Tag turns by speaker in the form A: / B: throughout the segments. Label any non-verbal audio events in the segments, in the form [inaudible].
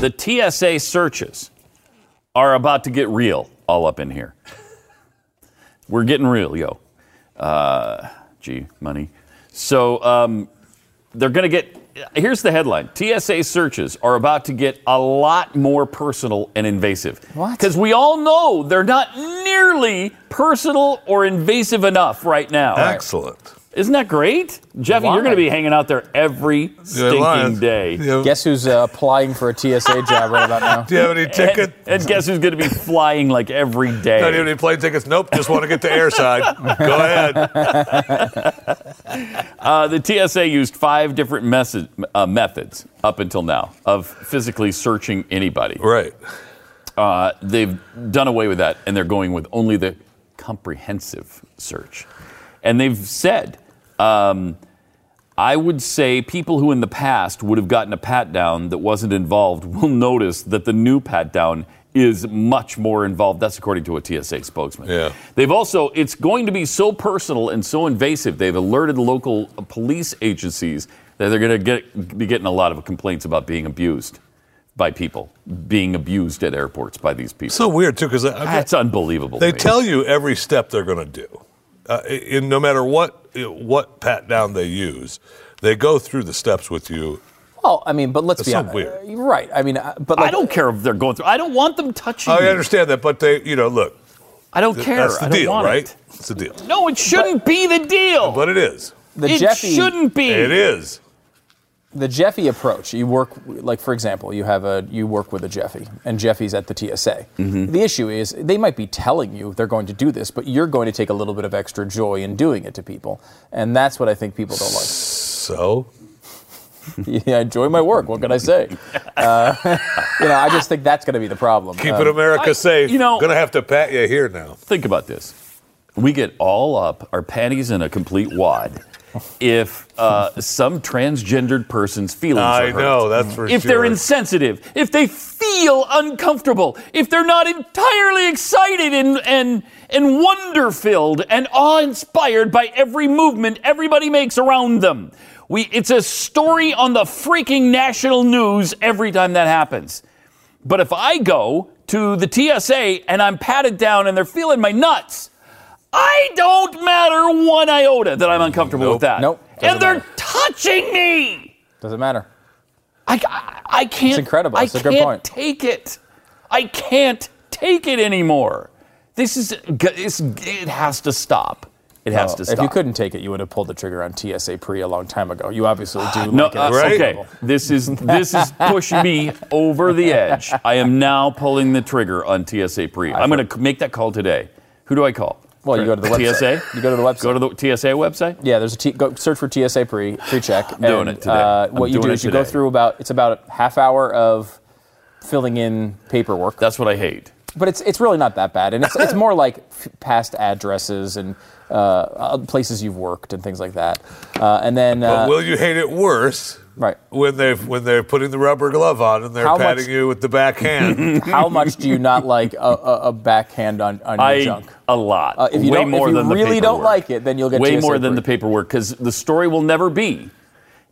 A: The TSA searches are about to get real all up in here. We're getting real, yo. Uh, gee, money. So um, they're going to get. Here's the headline TSA searches are about to get a lot more personal and invasive.
B: What?
A: Because we all know they're not nearly personal or invasive enough right now.
C: Excellent.
A: Isn't that great? Jeffy, you're going to be hanging out there every stinking
C: Lions.
B: [laughs]
A: day.
C: Do you have,
B: Guess who's uh, applying for a TSA job right about
A: [laughs]
B: now?
C: do you have any ticket?
A: And, and guess who's going to be flying like
C: [laughs]
A: every day?
C: Not even any plane tickets. Nope. Just want to get to [laughs] airside. Go ahead.
A: Uh, the TSA used five different message, uh, methods up until now of physically searching anybody.
C: Right.
A: Uh, they've done away with that, and they're going with only the comprehensive search. And they've said, um, I would say people who in the past would have gotten a pat down that wasn't involved will notice that the new pat down is much more involved. That's according to a TSA spokesman.
C: Yeah.
A: They've also, it's going to be so personal and so invasive, they've alerted local police agencies that they're going to get, be getting a lot of complaints about being abused by people, being abused at airports by these people.
C: So weird too, because
A: That's unbelievable. to
C: [laughs] They
A: me.
C: tell you every step they're going to do, uh, in no matter what what pat down they use, they go through the steps with you.
B: Well, I mean, but let's
C: That's
B: be
C: so
B: honest.
C: weird.
B: You're Right. I mean, uh, but like,
A: I don't care if they're going through. I don't want them touching
C: I
A: me.
C: understand that, but they, you know, look,
A: I don't
C: th-
A: care.
C: that's the
A: I don't
C: deal,
A: want
C: right?
A: it.
C: It's the deal,
A: No, it shouldn't be the deal.
C: but it is.
B: The
A: it
B: Jeffy,
A: shouldn't be.
C: It is.
B: the Jeffy approach. You work like, for example, you have a you work with a Jeffy, and Jeffy's at the TSA.
A: Mm-hmm.
B: The issue is they might be telling you they're going to do this, but you're going to take a little bit of extra joy in doing it to people, and that's what I think people don't like. [laughs]
C: So
B: yeah, I enjoy my work. What can
A: [laughs]
B: I say? Uh, [laughs] you know, I just think that's going to be the problem.
C: keeping
B: Uh,
C: America
A: I-
C: safe.
A: you know-
C: going to have to pat you here now.
A: Think about this. We get all up, our panties in a complete wad, if uh, some transgendered person's feelings are
C: I
A: hurt.
C: know that's for
A: If
C: sure.
A: they're insensitive, if they feel uncomfortable, if they're not entirely excited and, and, and wonder filled and awe inspired by every movement everybody makes around them. We, it's a story on the freaking national news every time that happens. But if I go to the TSA and I'm patted down and they're feeling my nuts, I don't matter one iota that I'm uncomfortable with that.
B: Nope.
A: And
B: Doesn't
A: they're
B: matter.
A: touching me.
B: doesn't matter.
A: I, I, I can't.
B: It's incredible. It's
A: I
B: a good
A: can't
B: point.
A: take it. I can't take it anymore. This is. It's, it has to stop. It has
B: Oh,
A: to stop.
B: If you couldn't take it, you would have pulled the trigger on TSA pre a long time ago. You obviously
A: [gasps]
B: do.
A: No,
B: like it
A: uh,
B: at some
A: okay.
B: level.
A: This is this
B: [laughs]
A: is pushing me over the edge. I am now pulling the trigger on TSA pre. I'm going to make that call today. Who do I call?
B: Well, you go to the website.
A: TSA.
B: You go to the website.
A: Go to the TSA website.
B: Yeah, there's a t- go search for TSA pre pre check.
A: doing it today.
B: Uh,
A: I'm
B: what you
A: doing
B: do
A: it
B: is you go
A: today.
B: through about it's about a half hour of filling in paperwork,
A: That's what I hate.
B: but it's it's really not that bad, and it's it's more like f- past addresses and uh, uh, places you've worked and things like that, uh, and then uh,
C: But will you hate it worse
B: right.
C: when they have when they're putting the rubber glove on and they're
B: How much-
C: patting you with the
A: [laughs]
C: back hand?
B: How much do you not like a, a, a backhand on, on your
A: I
B: junk?
A: a lot.
B: Uh, if you
A: way
B: don't- if
A: more
B: you
A: than the
B: really don't
A: paperwork.
B: like it, then you'll get
A: way
B: TSA
A: more than
B: free.
A: the paperwork because the story will never be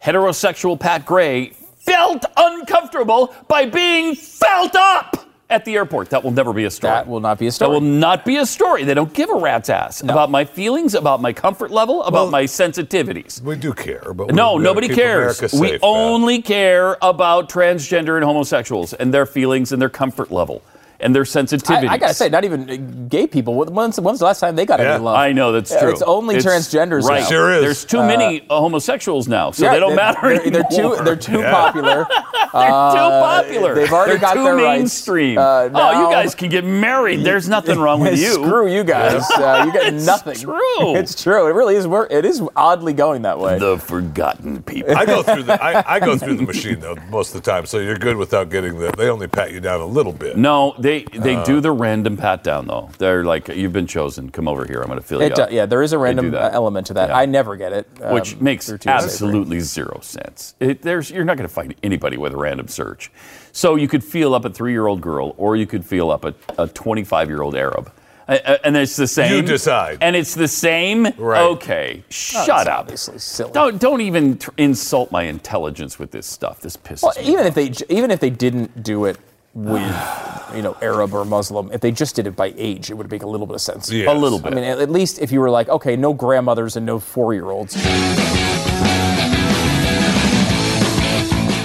A: heterosexual Pat Gray felt uncomfortable by being felt up at the airport. That will never be a story.
B: That will not be a story.
A: That will not be a story. They don't give a rat's ass about my feelings, about my comfort level, about
C: Well-
A: my sensitivities.
C: We do care, but we-
A: No,
C: we gotta
A: nobody
C: keep
A: cares.
C: America
A: we
C: safe, Pat.
A: only care about transgender and homosexuals and their feelings and their comfort level and their sensitivities.
B: I, I gotta say, not even uh, gay people. Wh- When's, when's the last time they got
C: Yeah.
B: any love?
A: I know that's
B: Yeah,
A: true.
B: It's only transgenders.
A: Right.
B: now.
C: Sure is.
A: There's too many uh, homosexuals now, so
B: Yeah,
A: they don't matter
B: they're, they're
A: anymore. [laughs]
B: too. They're too
C: Yeah.
B: popular.
A: too popular.
B: they've already
A: They're
B: got
A: too
B: their rights.
A: mainstream.
B: Uh,
A: oh, you
B: now-
A: guys can get married. There's nothing wrong [laughs]
B: [laughs]
A: with you.
B: Screw you guys. Uh, you get nothing.
A: true.
B: It's true. It really is. wor- It is oddly going that way.
A: The forgotten people.
C: I go through the I, I go through the machine though most of the time, so you're good without getting the. They only pat you down a little bit.
A: No, they they
C: Uh.
A: do the random pat down though. They're like, you've been chosen. Come over here. I'm going to fill you
B: It,
A: up.
B: do- yeah, there is a random uh,
A: that.
B: element to that.
A: Yeah.
B: I never get it, um,
A: Which makes
B: through TSA.
A: absolutely zero sense. It, there's, you're not going to find anybody with a random search. So you could feel up a three-year-old girl, or you could feel up a a 25-year-old Arab, A- a- and it's the same.
C: You decide.
A: And it's the same.
C: Right.
B: Oh,
A: Okay, shut up.
B: Um, obviously silly.
A: Don't don't even tr- insult my intelligence with this stuff. This pisses
B: Well,
A: me.
B: even if they j- even if they didn't do it with you know Arab or Muslim, if they just did it by age, it would make a little bit of sense.
C: Yes.
A: a little
B: I
A: bit.
B: mean, at at least if you were like, okay, no grandmothers and no four-year-olds.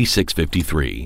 D: 4653.